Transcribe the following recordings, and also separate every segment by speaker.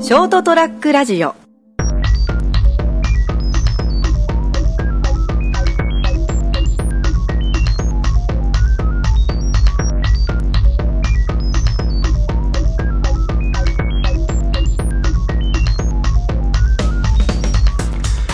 Speaker 1: ショートトラックラジオ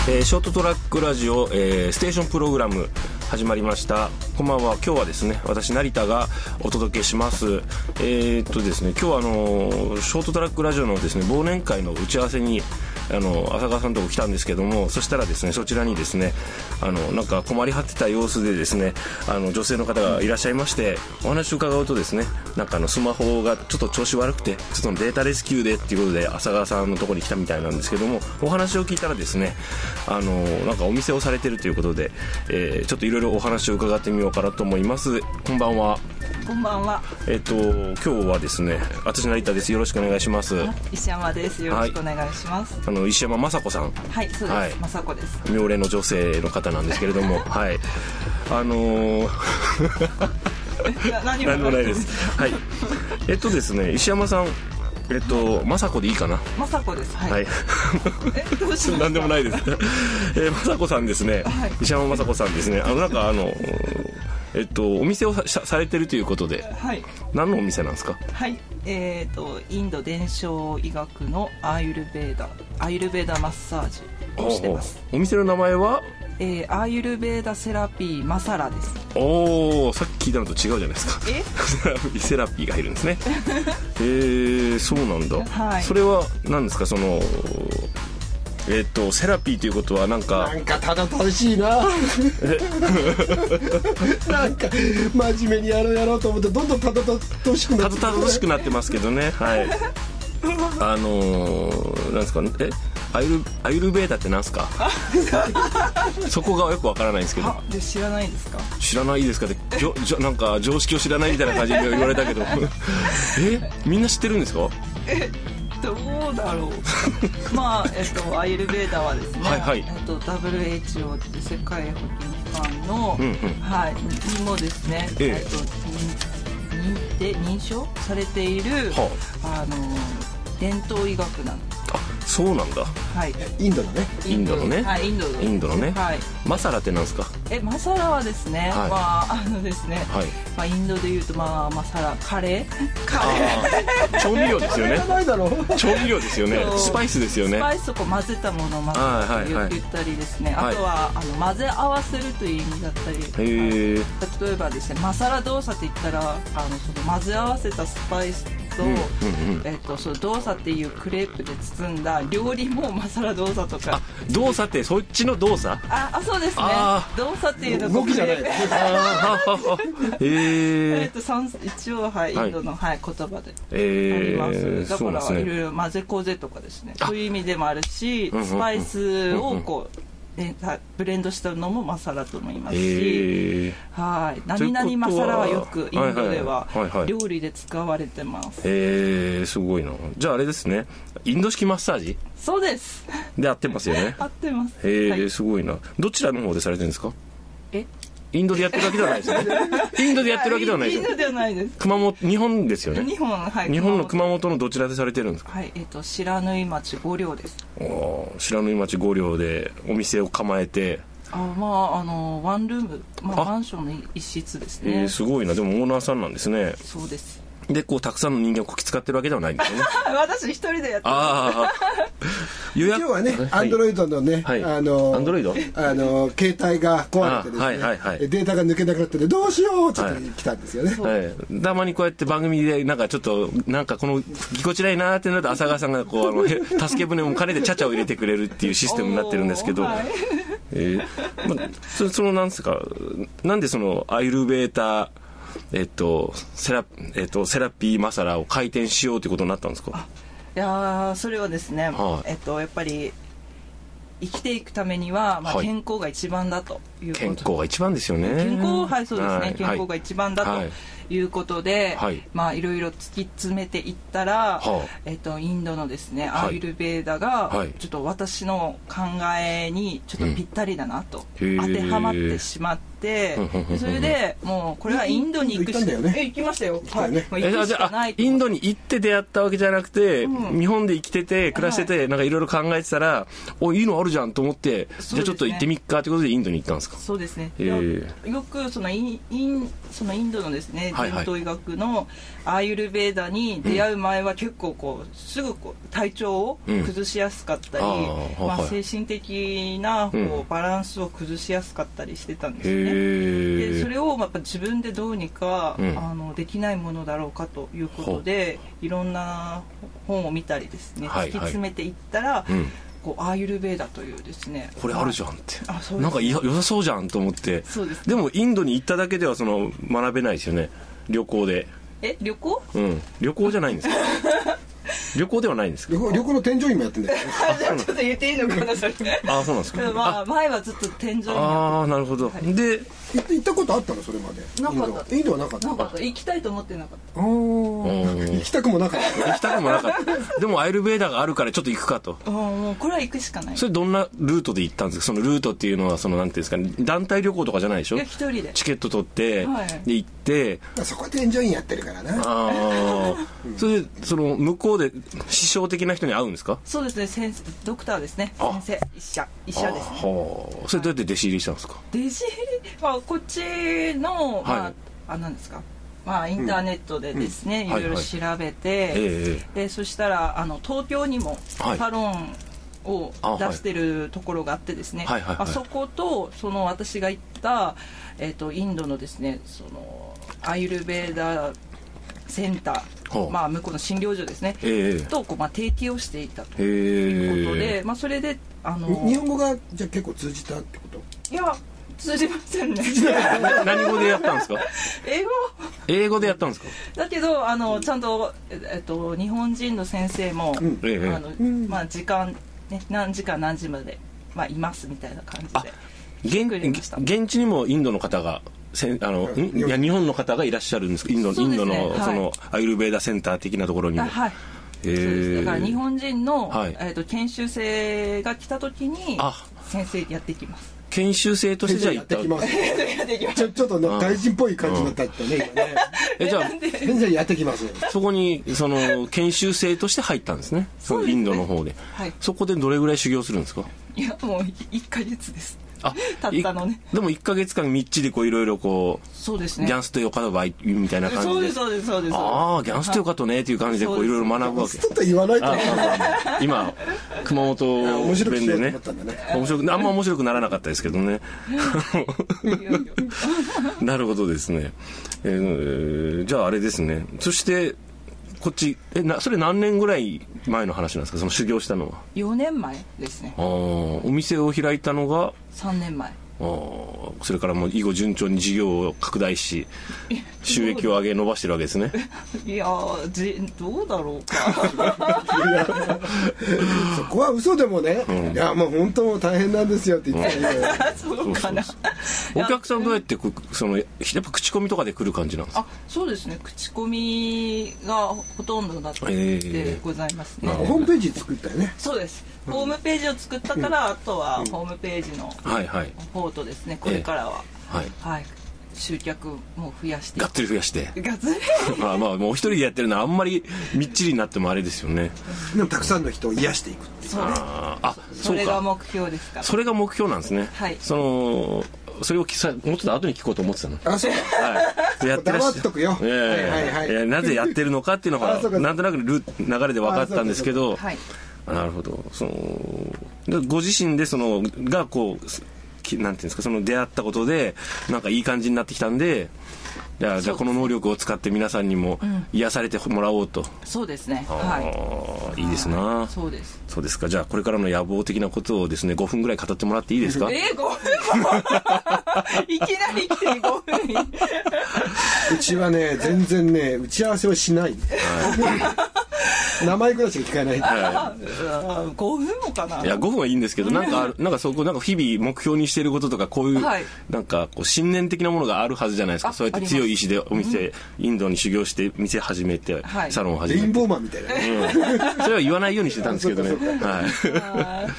Speaker 2: えーショートトラックラジオ、えーステーションプログラム始まりましたこんばんは今日はですね私成田がお届けしますえーっとですね今日はあのーショートトラックラジオのですね忘年会の打ち合わせにあのー浅川さんのとこ来たんですけどもそしたらですねそちらにですねあのなんか困り果てた様子でですねあの女性の方がいらっしゃいましてお話を伺うとですねなんかあのスマホがちょっと調子悪くてちょっとデータレスキューでっていうことで浅川さんのところに来たみたいなんですけどもお話を聞いたらですねあのなんかお店をされてるということで、えーちょっといろいろお話を伺ってみようかなと思いますこんばんは
Speaker 3: こんばんは、
Speaker 2: えっ、と今日はですね私成田ですよろしくお願いします
Speaker 3: 石山です。よろしくお願いします。
Speaker 2: あの石山雅子さん
Speaker 3: はい、そう
Speaker 2: は
Speaker 3: で
Speaker 2: い
Speaker 3: す。まさ こです。
Speaker 2: 妙齢の女性の方なんですけれどもはいあのー
Speaker 3: な何
Speaker 2: 何でもないで
Speaker 3: く
Speaker 2: す。はい。えっとですね、石山さん、えっと、雅子でいいかな。
Speaker 3: まさこです。はい。
Speaker 2: はい。
Speaker 3: え、どうしま した
Speaker 2: 何でもないです。 えー、雅子さんですね
Speaker 3: はい。
Speaker 2: 石山雅子さんですね。あの、なんか、あの、えっと、お店をささされてるということで、
Speaker 3: はい。
Speaker 2: 何のお店なんですか
Speaker 3: はい。えっ、とインド伝承医学のアーユルベーダ、アーユルベーダマッサージをしてます。
Speaker 2: お店の名前は、
Speaker 3: えー、アーユルベーダセラピーマサラです。
Speaker 2: おー、さっき聞いたのと違うじゃないですか。
Speaker 3: え、
Speaker 2: セラピーが入るんですね。えー、そうなんだ。
Speaker 3: はい
Speaker 2: それは、何ですか、その、えっと、セラピーということは、なんか
Speaker 4: な、んかただ楽しいな なんか真面目にやろうやろうと思ってどんどんただ楽しくな
Speaker 2: た
Speaker 4: って
Speaker 2: どたどしくなってますけどねはいあのー、なんですかねえアイルアイルベーダってなん すかそこがよくわからないんですけど
Speaker 3: あ、で知らないんですか。
Speaker 2: 知らないですかってじょじょなんか常識を知らないみたいな感じで言われたけど えみんな知ってるんですか
Speaker 3: どうだろう まあえっとアイルベーダはですね、
Speaker 2: はいはい
Speaker 3: えっと、WHO っていう世界保健機関の、
Speaker 2: うんうん
Speaker 3: はい、にもですね、
Speaker 2: ええ
Speaker 3: っと認認定認証されている、
Speaker 2: は
Speaker 3: あ、の伝統医学なの、
Speaker 2: あそうなんだ
Speaker 3: はい、
Speaker 4: インドのね
Speaker 2: インドのね
Speaker 3: はい、インドの
Speaker 2: インドのね
Speaker 3: はい、
Speaker 2: マサラってなんすか
Speaker 3: えマサラはですね、
Speaker 2: はい
Speaker 3: まああのですね、
Speaker 2: はい
Speaker 3: まあ、インドでいうと、まあ、マサラカレーカレー
Speaker 2: あー調味料ですよ
Speaker 4: 知
Speaker 2: ね
Speaker 4: らない だろう
Speaker 2: 調味料ですよね
Speaker 3: そう
Speaker 2: スパイスですよね
Speaker 3: スパイスとこう混ぜたものを混ぜたりよく言ったりですね、
Speaker 2: はいはい
Speaker 3: あとはあの混ぜ合わせるという意味だったり、
Speaker 2: へえ
Speaker 3: 例えばですねマサラ動作って言ったらあのその混ぜ合わせたスパイスと,、
Speaker 2: うんうんうん
Speaker 3: えっとその動作っていうクレープで包んだ料理もマサラ動作とか
Speaker 2: あ動作ってそっちの動作
Speaker 3: ああそうですね
Speaker 2: あ
Speaker 3: 動作っていうの
Speaker 4: 動きじゃない
Speaker 3: クレープ
Speaker 2: あーへ
Speaker 3: えっ
Speaker 2: え
Speaker 3: とさん一応はいイ
Speaker 2: はい
Speaker 3: ンドの、はい言葉で。あり
Speaker 2: え
Speaker 3: ます、
Speaker 2: ー、
Speaker 3: だ
Speaker 2: そうなんで
Speaker 3: か
Speaker 2: す
Speaker 3: らい
Speaker 2: ね
Speaker 3: ろいろ混ぜこぜとかですねそういう意味でもあるし、
Speaker 2: うんうんうん
Speaker 3: スパイスをこう、えたブレンドしたのもマサラとも言いますし、
Speaker 2: へえ
Speaker 3: はい
Speaker 2: という
Speaker 3: 何
Speaker 2: ことは
Speaker 3: 々マサラはよくインドでは
Speaker 2: はいはいはいはい
Speaker 3: 料理で使われてます、
Speaker 2: えー、すごいなじゃああれですねインド式マッサージ
Speaker 3: そうです
Speaker 2: で合ってますよね
Speaker 3: 合ってます
Speaker 2: へえ
Speaker 3: はい
Speaker 2: すごいなどちらの方でされてるんですか
Speaker 3: え
Speaker 2: インドでやってるわけではないですよ ねインドでやってるわけではない
Speaker 3: イ
Speaker 2: です
Speaker 3: ンド
Speaker 2: よ
Speaker 3: ではないです
Speaker 2: 熊本日本ですよね
Speaker 3: 日本はい
Speaker 2: 日本の熊本のどちらでされてるんですか
Speaker 3: はいえっ、と白縫町五稜です
Speaker 2: おー白縫町五両でお店を構えて
Speaker 3: あまああのワンルーム、ま
Speaker 2: あ
Speaker 3: あ、マンションの一室ですね、
Speaker 2: えー、すごいなでもオーナーさんなんですね
Speaker 3: そうです
Speaker 2: でこうたくさんの人間をこき使ってるわけではないんですよね
Speaker 3: 私一人でやってま
Speaker 2: ああ予
Speaker 4: 今日はねアンド
Speaker 2: イ
Speaker 4: ロイドのね、
Speaker 2: はい
Speaker 4: あの
Speaker 2: アンドロイド
Speaker 4: あの携帯が壊れてですね、
Speaker 2: あはいはいはい
Speaker 4: でデータが抜けなくなっててどうしようちょっ
Speaker 2: はい
Speaker 4: と来たんですよね、
Speaker 2: はい、たまにこうやって番組でなんかちょっとなんかこのぎこちないなーってなると浅川さんがこうあの助け舟も兼ねてちゃちゃを入れてくれるっていうシステムになってるんですけど、
Speaker 3: おーはい
Speaker 2: えーまあそそのなんですかなんでそのアイルベータえっとセラえっとセラピーマサラを開店しようということになったんですか
Speaker 3: いやーそれはですね、
Speaker 2: はい
Speaker 3: えっとやっぱり生きていくためには、まあ、
Speaker 2: はい
Speaker 3: 健康が一番だということ、
Speaker 2: 健康が一番ですよね
Speaker 3: 健康はいそうですね、
Speaker 2: はい
Speaker 3: 健康が一番だ
Speaker 2: はい
Speaker 3: ということで、
Speaker 2: はい
Speaker 3: まあいろいろ突き詰めていったら、
Speaker 2: はあ
Speaker 3: えっとインドのですね
Speaker 2: はい
Speaker 3: アーユルベーダが、
Speaker 2: はい
Speaker 3: ちょっと私の考えにちょっとぴったりだなと、
Speaker 2: うんへー
Speaker 3: 当てはまってしまって
Speaker 2: うんうんうんうん
Speaker 3: それでもうこれはインドに行く
Speaker 4: インド行ったんだよね
Speaker 3: え行きましたよ
Speaker 4: きたよね
Speaker 3: はい
Speaker 2: え
Speaker 3: もう行
Speaker 2: あ
Speaker 3: く
Speaker 2: じ
Speaker 3: し
Speaker 2: ゃ
Speaker 3: か
Speaker 2: あ
Speaker 3: な
Speaker 2: あ
Speaker 3: いと
Speaker 2: イ
Speaker 3: 思
Speaker 2: ン
Speaker 3: って
Speaker 2: ドに行って出会ったわけじゃなくて、
Speaker 3: うん
Speaker 2: 日本で生きてて暮らしてて、なんかいろいろ考えてたらおいいのあるじゃんと思って、
Speaker 3: そうです
Speaker 2: じゃ
Speaker 3: ね
Speaker 2: あちょっと行ってみっかということでインドに行ったんですか
Speaker 3: そうですね、
Speaker 2: えー
Speaker 3: よくそのインインそのインドのですね
Speaker 2: はい
Speaker 3: 伝
Speaker 2: はい
Speaker 3: 統医学のアーユルベーダに出会う前は結構こうすぐこう体調を崩しやすかったり、
Speaker 2: うんあー
Speaker 3: まあ、
Speaker 2: はい
Speaker 3: 精神的なこう、
Speaker 2: うん
Speaker 3: バランスを崩しやすかったりしてたんですよね。
Speaker 2: へ
Speaker 3: で
Speaker 2: え
Speaker 3: それをやっぱ自分でどうにか、
Speaker 2: うん
Speaker 3: あのできないものだろうかということでいろんな本を見たりですね、
Speaker 2: はいはい
Speaker 3: 突き詰めていったら、
Speaker 2: うん
Speaker 3: こうアーユルベーダというですね
Speaker 2: これあるじゃんっ
Speaker 3: あ
Speaker 2: て
Speaker 3: そうです
Speaker 2: なんかいや良さそうじゃんと思って
Speaker 3: そうです
Speaker 2: でもインドに行っただけではその学べないですよね旅行で
Speaker 3: え旅行
Speaker 2: うん旅行じゃないん ですか旅行ではないんですか
Speaker 4: 旅行旅行の添乗員もやってんだよ
Speaker 3: あじゃあちょっと言っていいのかなそれ
Speaker 2: あそうなんですか、
Speaker 3: まあ前はずっと天井にな
Speaker 2: ああーなるほど、
Speaker 3: はい
Speaker 2: で
Speaker 4: 行って行ったことあったのそれまで
Speaker 3: なかった
Speaker 4: インドはインドはなかった
Speaker 3: かった行きたいと思ってなかっ
Speaker 4: あー
Speaker 2: うん
Speaker 4: 行きたくもなかっ
Speaker 2: 行きたくもなかったでもアイルベーダーがあるからちょっと行くかと
Speaker 3: たああもうこれは行くしかない
Speaker 2: それどんなルートで行ったんですかそのルートっていうのはそのなんていうんですかね団体旅行とかじゃないでし
Speaker 3: い
Speaker 2: ょ
Speaker 3: や一人で
Speaker 2: チケット取って、
Speaker 3: はい
Speaker 2: で行って
Speaker 4: たそこは添乗員やってるからな
Speaker 2: ああ それでその向こうで師匠的な人に会うんですか
Speaker 3: そうですね先生ドクターですね
Speaker 2: あ
Speaker 3: 先生医者医者です
Speaker 2: あ
Speaker 3: ね
Speaker 2: ーはあそれどうやって弟子入りしたんですか、
Speaker 3: 弟子入りまあこっちのまあ、
Speaker 2: はい
Speaker 3: あなんですかまあインターネットでですね、
Speaker 2: うんうん
Speaker 3: いろいろ調べて、
Speaker 2: ええ
Speaker 3: でそしたらあの東京にも
Speaker 2: はい
Speaker 3: サロンを
Speaker 2: あはい
Speaker 3: 出してるところがあってですね、
Speaker 2: はいはいはい
Speaker 3: あそことその私が行った、えー、とインドのですねそのアイルベーダーセンタ
Speaker 2: ほ
Speaker 3: ー、
Speaker 2: う
Speaker 3: まあ、向こうの診療所ですね、
Speaker 2: ええ
Speaker 3: とこう、まあ、提携をしていたと
Speaker 2: ええ
Speaker 3: いうこと
Speaker 2: へ
Speaker 3: で、
Speaker 2: え
Speaker 3: まあ、それであの
Speaker 4: に日本語がじゃあ結構通じたってこと
Speaker 3: いや通じませ んね
Speaker 2: な何語でやったんです か
Speaker 3: 英語
Speaker 2: 英語でやったんですか
Speaker 3: だけどあのちゃんと、ええっと、日本人の先生も、
Speaker 4: うん
Speaker 2: ええ
Speaker 3: あの
Speaker 4: ん
Speaker 3: まあ、時間、ね、何時間何時まで、まあ、いますみたいな感じ
Speaker 2: あ
Speaker 3: で
Speaker 2: 現
Speaker 3: 作りました
Speaker 2: 現地にもインドの方がせんあのんいや日本の方がいらっしゃるんですかインド,、
Speaker 3: そ
Speaker 2: イ
Speaker 3: う
Speaker 2: ン
Speaker 3: で
Speaker 2: ド
Speaker 3: すね
Speaker 2: の
Speaker 3: はい
Speaker 2: そのアイルベーダセンター的なところにも
Speaker 3: あはい
Speaker 2: へ
Speaker 3: そうです
Speaker 2: え
Speaker 3: だから日本人の、
Speaker 2: はい
Speaker 3: えっと研修生が来た時に
Speaker 2: あ
Speaker 3: 先生やってきます
Speaker 2: 研修生として
Speaker 4: 添
Speaker 2: じゃ
Speaker 4: 乗
Speaker 2: あ行っ
Speaker 4: 員やって
Speaker 2: た
Speaker 3: 先生 やってき
Speaker 4: きます
Speaker 3: ます
Speaker 4: ちょちょっとな外人っぽい感じになったってね今ね
Speaker 2: えじゃ
Speaker 3: なんで
Speaker 2: あ
Speaker 4: 添乗員やってきます
Speaker 2: そこにその研修生として入ったんですねそのインドの方で
Speaker 3: はい
Speaker 2: そこでどれぐらい修行するんですか
Speaker 3: いやもう1ヶ月です
Speaker 2: あ
Speaker 3: たったのね
Speaker 2: いでも1か月間みっちりこういろいろこ
Speaker 3: そうです
Speaker 2: う、
Speaker 3: ね
Speaker 2: ギャンスとヨカドバイみたいな感じで
Speaker 3: そうですそうですそうです
Speaker 2: ああギャンスとヨカとねっていう感じでこういろいろ学ぶわけ
Speaker 4: ちょっと言わないと
Speaker 2: ああ今熊
Speaker 4: あ面
Speaker 2: 本
Speaker 4: 白く
Speaker 2: 弁
Speaker 4: しよ
Speaker 2: で
Speaker 4: う
Speaker 2: ね
Speaker 4: と思ったんだね
Speaker 2: 面白くあんま面白くならなかったですけどね
Speaker 3: いやいや
Speaker 2: なるほどですね、えーじゃああれですねそしてこっちえなそれ何年ぐらい前の話なんですかその修行したのは
Speaker 3: 4年前ですね
Speaker 2: ああお店を開いたのが
Speaker 3: 3年前
Speaker 2: あーそれからもう以後順調に事業を拡大し収益を上げ伸ばしてるわけですね
Speaker 3: いやーじどうだろ うか
Speaker 4: そこは嘘でもね、いやもう本当もう大変なんですよって言ってたよ
Speaker 3: そうかな
Speaker 2: お客さんどうやってこうそのやっぱ口コミとかで来る感じなんですか
Speaker 3: あそうですね口コミがほとんどだったでございますね、
Speaker 2: ええ
Speaker 4: ホームページ作ったよね
Speaker 3: そうですホームページを作ったから、あとはホームページの
Speaker 2: はいはい
Speaker 3: 方とですねこれからは、
Speaker 2: はい
Speaker 3: はい、集客も増やして
Speaker 2: がっつり増やして
Speaker 3: ガッツリ
Speaker 2: まあまあもう一人でやってるのはあんまりみっちりになってもあれですよね
Speaker 4: でもたくさんの人を癒していく
Speaker 3: そうです
Speaker 2: あーあ
Speaker 3: そ
Speaker 2: そう
Speaker 3: れが
Speaker 2: か
Speaker 3: 目標ですから
Speaker 2: それが目標なんですね
Speaker 3: はい
Speaker 2: そのそれをきさもうちょっと後に聞こうと思ってたの
Speaker 4: あそう
Speaker 2: はい、やってらっしゃ
Speaker 4: 黙っとくよ
Speaker 2: ええ
Speaker 4: はいはいはい
Speaker 2: いやなぜやってるのかっていうの
Speaker 4: あ
Speaker 2: が
Speaker 4: そうか
Speaker 2: なんとなくルー流れで分かったんですけど
Speaker 3: はい
Speaker 2: なるほどそのでご自身でそのがこうすきなんていうんですかその出会ったことでなんかいい感じになってきたんでじゃあじゃあこの能力を使って皆さんにも癒されてもらおうと、
Speaker 3: そうですねは
Speaker 2: ああ
Speaker 3: い
Speaker 2: いいですな
Speaker 3: そうです
Speaker 2: そうですかじゃあこれからの野望的なことをですね5分ぐらい語ってもらっていいですか
Speaker 3: えー、5分も いきなり来て5分
Speaker 4: うちはね全然ね打ち合わせをしない、 名前くらいしか聞かない
Speaker 3: あ5分もかない
Speaker 2: や5分はいいんですけどなんかあるなんかそこなんか日々目標にしていることとかこういう、
Speaker 3: はい
Speaker 2: なんかこう信念的なものがあるはずじゃないですか
Speaker 3: あ
Speaker 2: そうやって強い意志でお店、インドに修行して店始めて、
Speaker 3: はい
Speaker 2: サロンを始
Speaker 4: レイ
Speaker 2: め
Speaker 4: ン
Speaker 2: て、
Speaker 4: ボーマンみたいなね
Speaker 2: うんそれは言わないようにしてたんですけどね
Speaker 4: あそうか
Speaker 2: はい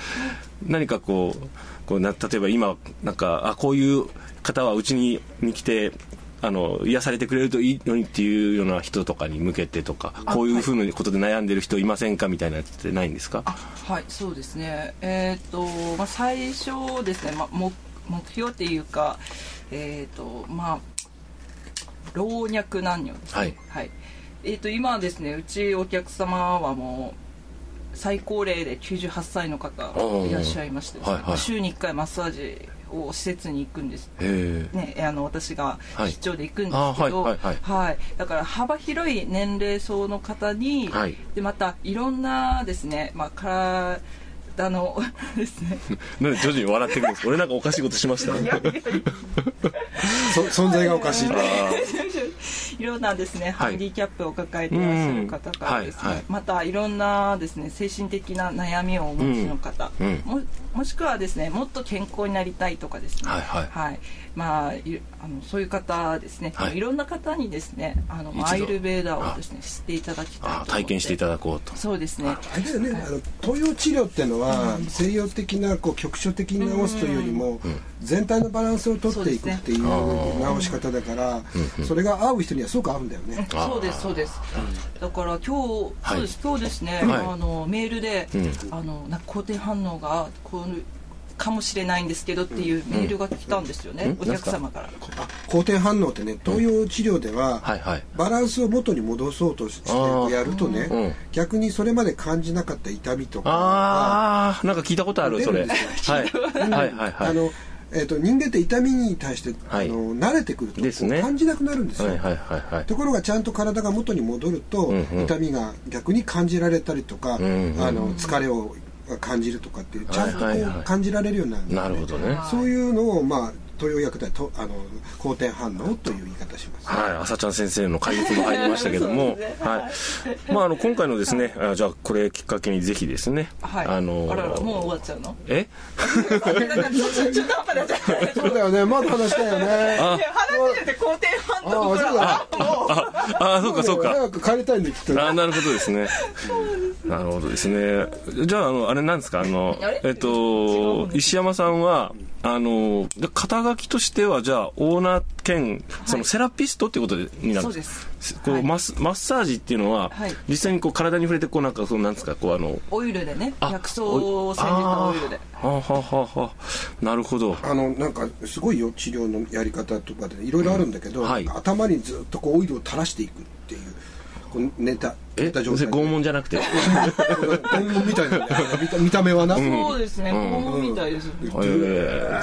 Speaker 2: 何かこうこうな例えば今なんかあこういう方はうちにに来てあの癒されてくれるといいのにっていうような人とかに向けてとかこういうふうなことで悩んでる人いませんかみたいなやつってないんですか
Speaker 3: はい、そうですね。えっ、と、まあ、最初ですね、まあ、目、目標っていうか。えっ、と、まあ。老若男女ですね。
Speaker 2: はい
Speaker 3: えっ、と、今はですね、うちお客様はもう。最高齢で98歳の方
Speaker 2: おー
Speaker 3: いらっしゃいましてですね、
Speaker 2: はいはい
Speaker 3: 週に1回マッサージを施設に行くんです
Speaker 2: へえ
Speaker 3: ね、あの私が
Speaker 2: はい
Speaker 3: 出張で行くんですけど、
Speaker 2: あーは
Speaker 3: はいい
Speaker 2: はい
Speaker 3: だから幅広い年齢層の方に、
Speaker 2: はい
Speaker 3: でまたいろんなですね、まあ、体の ですね
Speaker 2: なんで徐々に笑ってくるんです俺なんかおかしいことしました
Speaker 4: そ存在がおかしい
Speaker 3: いろんなですね、
Speaker 2: はい
Speaker 3: ハンディキャップを抱えていらっしゃる方からですね、
Speaker 2: うんはいはい
Speaker 3: またいろんなですね精神的な悩みをお持ちの方、
Speaker 2: うんうん
Speaker 3: ももしくはですねもっと健康になりたいとかですね、
Speaker 2: はいはい
Speaker 3: まあいあのそういう方ですね、
Speaker 2: はい
Speaker 3: い、ろんな方にですねあの
Speaker 2: 一度
Speaker 3: アイルベーダーをですね知っていただきたいと思
Speaker 2: あ
Speaker 3: っ
Speaker 2: ー体験していただこうと
Speaker 3: そうですね
Speaker 4: あれだよね、あの東洋治療ってのは、西洋的なこう局所的に治すというよりも、全体のバランスを取っていくっていう治し方だから、それが合う人にはすごく合うんだよね。
Speaker 2: あー
Speaker 3: そうですそうですだから今日、
Speaker 2: はい
Speaker 3: そうです今日ですね、
Speaker 2: はい
Speaker 3: あのメールで、
Speaker 2: うん
Speaker 3: あのなんか肯定反応がこうかもしれないんですけどっていうメールが来たんですよね、
Speaker 2: うん
Speaker 3: お客様から、
Speaker 4: あ後天反応ってね東洋治療では、
Speaker 2: はいはい
Speaker 4: バランスを元に戻そうとし
Speaker 2: あー
Speaker 4: てやるとね、
Speaker 2: うん
Speaker 4: 逆にそれまで感じなかった痛みとか
Speaker 2: ああなんか聞いたことあるそれ
Speaker 4: 出るん
Speaker 2: はいはいはいはい
Speaker 4: あのえー、と人間って痛みに対して、
Speaker 2: はい
Speaker 4: あの慣れてくると
Speaker 2: ですね
Speaker 4: こう感じなくなるんですよ、
Speaker 2: はいはいはいはい
Speaker 4: ところがちゃんと体が元に戻ると、
Speaker 2: うんうん
Speaker 4: 痛みが逆に感じられたりとか、
Speaker 2: んうん
Speaker 4: あの疲れを感じるとかっていうちゃんとこ
Speaker 2: はいはいはいう
Speaker 4: 感じられるようになるんですね
Speaker 2: なるほどね
Speaker 4: そういうのを、まあ、東洋薬ではとあの後天反応という言い方します、
Speaker 2: はい、朝ちゃん先生の解説も入りましたけども、
Speaker 3: そうですね
Speaker 2: はい。まあ、あの、今回のですね、あじゃあ、これきっかけにぜひですね、
Speaker 3: はい
Speaker 2: あの
Speaker 3: あららもう終わっちゃ うの
Speaker 2: え
Speaker 3: ちょっと頑張っちゃう
Speaker 4: そうだよねまだ話したいよね
Speaker 2: あ
Speaker 3: 話してて肯定反応と
Speaker 4: あ
Speaker 3: かもう
Speaker 2: あ、あ、そうかそうか。
Speaker 4: 早く帰りたいんできっと
Speaker 2: あなるほどですね。なるほどですね。じゃあ、あの、あれなんですか、あの
Speaker 3: あれ、
Speaker 2: えっと、石山さんは、あの、で肩書きとしては、じゃあ、オーナー兼、そのセラピストっていうことでになるんか
Speaker 3: そうです
Speaker 2: こう、
Speaker 3: はい
Speaker 2: マスマッサージっていうのは、
Speaker 3: はい
Speaker 2: 実際にこう、体に触れて、こう、なんか、その、なんですか、こう、あの、
Speaker 3: オイルでね
Speaker 2: あ
Speaker 3: 薬草を煎じたオイルで
Speaker 2: あーはあはあはあなるほど
Speaker 4: あのなんかすごいよ治療のやり方とかでいろいろあるんだけど、
Speaker 2: うんはい
Speaker 4: 頭にずっとこうオイルを垂らしていくっていうこう寝た
Speaker 2: え
Speaker 4: 寝た状態
Speaker 2: 拷問じゃなく て
Speaker 4: 拷問みたいなね見た見た目はな、
Speaker 3: そうですね肛門みたいです
Speaker 2: え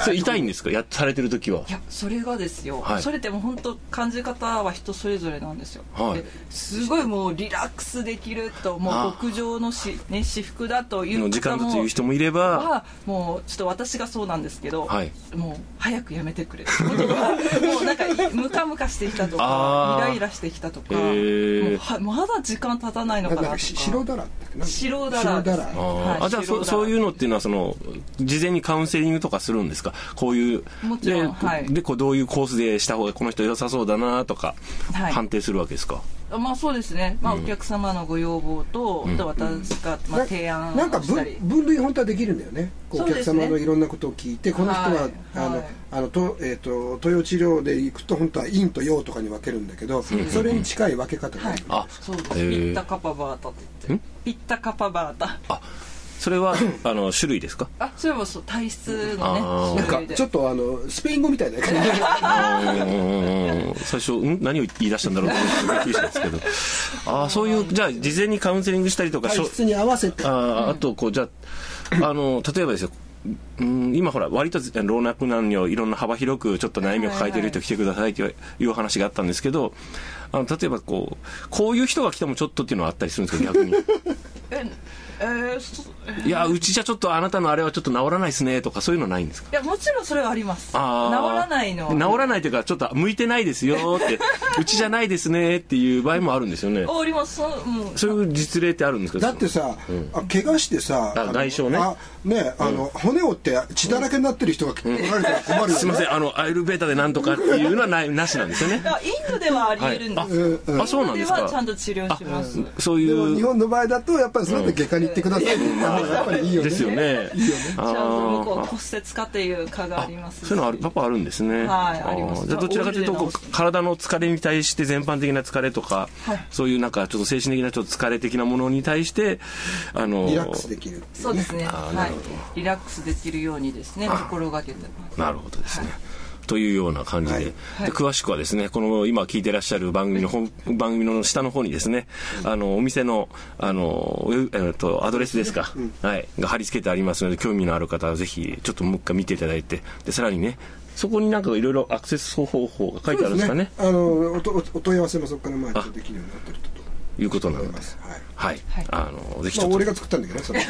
Speaker 2: ーそれ痛いんですかやされてる時はい
Speaker 3: やそれがですよ、
Speaker 2: はい
Speaker 3: それってもう本当感じ方は人それぞれなんですよ、
Speaker 2: はい
Speaker 3: ですごいもうリラックスできるとも
Speaker 2: あ
Speaker 3: う極上のし、ね、私服だという方
Speaker 2: の
Speaker 3: も
Speaker 2: 時間だという人もいれば
Speaker 3: はもうちょっと私がそうなんですけど、
Speaker 2: はい
Speaker 3: もう早くやめてくれ もうなんかいムカムカしてきたとか
Speaker 2: あー
Speaker 3: イライラしてきたとか、
Speaker 2: へー
Speaker 3: もうはまだ時間経たないの
Speaker 4: な
Speaker 3: か
Speaker 4: ん
Speaker 3: なとか
Speaker 4: だっけし白だらだっけなんだっけ
Speaker 3: 白だら
Speaker 4: 白だ
Speaker 3: で
Speaker 4: ら
Speaker 2: あ
Speaker 3: すね
Speaker 2: ー、
Speaker 3: はい
Speaker 2: あじゃあそ
Speaker 3: 白だら
Speaker 2: そういうのっていうのはその事前にカウンセリングとかするんですかこういう
Speaker 3: もちろん
Speaker 2: で,、
Speaker 3: はい
Speaker 2: でこうどういうコースでした方がこの人良さそうだなとか、
Speaker 3: はい
Speaker 2: 判定するわけですか
Speaker 3: まあそうですね、まあ、お客様のご要望と、あと私が、まあ、
Speaker 4: な
Speaker 3: 提案
Speaker 4: なんか
Speaker 3: をした
Speaker 4: 分
Speaker 3: り
Speaker 4: 分類本当はできるんだよねこう
Speaker 3: そ
Speaker 4: お
Speaker 3: う
Speaker 4: 客
Speaker 3: ですね
Speaker 4: 様のいろんなことを聞いてこの人は、
Speaker 3: はい
Speaker 4: あ
Speaker 3: は
Speaker 4: の、
Speaker 3: い
Speaker 4: あのとえっ、と東洋治療で行くと本当は陰と陽とかに分けるんだけどそれに近い分け方があ
Speaker 3: はい
Speaker 4: る、、
Speaker 2: あ
Speaker 3: そうです、
Speaker 2: へー
Speaker 3: ピッタカパバータって言ってピッタカパバータ
Speaker 2: あそれはあの種類です か
Speaker 3: あそういえばそう体質
Speaker 2: あー
Speaker 3: のね
Speaker 4: なんかちょ
Speaker 3: っ
Speaker 4: っとあのスペイン語みたいな感じ
Speaker 2: うん最初ん何を言い出したんだろうと思ってびっくりしたんですけどああそういうじゃあ事前にカウンセリングしたりとかしょ
Speaker 4: 体質に合わせて
Speaker 2: あーあとこうじゃああの例えばですようん今ほら割と老若男女いろんな幅広くちょっと悩みを抱えている人来てくださいというお話があったんですけどあの例えばこうこういう人が来てもちょっとっていうのはあったりするんですか逆に
Speaker 3: ええーそえ
Speaker 2: いやうちじゃちょっとあなたのあれはちょっと治らないですねとかそういうのはないんですか
Speaker 3: いやもちろんそれはあります治
Speaker 2: あー
Speaker 3: らないの
Speaker 2: 治らないというかちょっと向いてないですよってうちじゃないですねっていう場合もあるんですよね
Speaker 3: あありますそううん
Speaker 2: そういう実例ってあるんですか
Speaker 4: だってさ、あ怪我してさ
Speaker 2: あ
Speaker 4: あの
Speaker 2: 外傷ね
Speaker 4: あねあの、骨折って血だらけになってる人が来られたら困るよ、ね
Speaker 2: すいませんあのアイルベータでなんとかっていうのはないなしなんですよね
Speaker 3: だからインドではあり
Speaker 2: は
Speaker 3: 得る
Speaker 2: い
Speaker 3: んですよ、
Speaker 2: ああそうなんです
Speaker 3: インドではちゃ
Speaker 2: か
Speaker 3: んと治療します
Speaker 2: そう
Speaker 4: でも
Speaker 2: い
Speaker 4: 日
Speaker 2: う
Speaker 4: 本の場合だとやっぱりずまって外科に行ってくださいって言った方がやっぱりいいよね。
Speaker 2: ですよね。
Speaker 4: いいよね。
Speaker 2: あ
Speaker 3: ちゃんと向こう
Speaker 2: ー
Speaker 3: 骨折かという科があります
Speaker 2: そういうのある、パパあるんですね。
Speaker 3: はいあります
Speaker 2: ーじゃあ、どちらかというと、こ
Speaker 3: オイルで治
Speaker 2: う、体の疲れに対して、全般的な疲れとか、
Speaker 3: はい
Speaker 2: そういうなんか、ちょっと精神的なちょっと疲れ的なものに対して、あの、
Speaker 4: リラックスできる。
Speaker 3: そうですね。
Speaker 2: あー
Speaker 3: は
Speaker 2: ないるほど。
Speaker 3: リラックスできるようにですね、
Speaker 2: あー
Speaker 3: 心がけてます。
Speaker 2: なるほどですね。というような感じで,、
Speaker 4: はい
Speaker 2: で詳しくはですねこの今聞いてらっしゃる番組の本番組の下の方にですねあのお店のあのウェブえっとアドレスですか、はいが貼り付けてありますので興味のある方はぜひちょっともう一回見ていただいてでさらにねそこになんかいろいろアクセス方法が書いてあるんですかね
Speaker 4: あのおとお問い合わせもそこからまあちょっとできるようになってると
Speaker 2: いうことな
Speaker 4: 思い
Speaker 2: ので
Speaker 4: ます。は
Speaker 2: は
Speaker 4: い。
Speaker 2: い、
Speaker 3: はい
Speaker 2: あのぜひち
Speaker 4: まあ
Speaker 2: ょっと、
Speaker 4: 俺が作ったんだけどねそれ。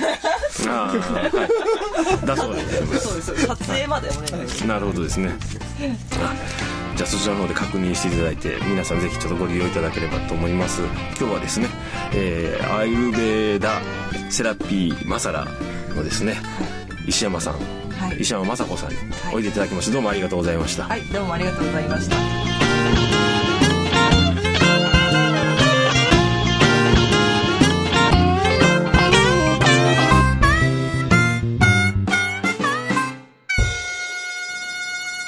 Speaker 2: あーはい、だそうでございます
Speaker 3: そうです。撮影までお願いします。
Speaker 2: なるほどですねあじゃあそちらの方で確認していただいて皆さんぜひちょっとご利用いただければと思います今日はですね、えーアイルベーダセラピーマサラのですね石山さん、
Speaker 3: い
Speaker 2: 石山雅子さんにおいでいただきましてどうもありがとうございました、
Speaker 3: はい、どうもありがとうございました。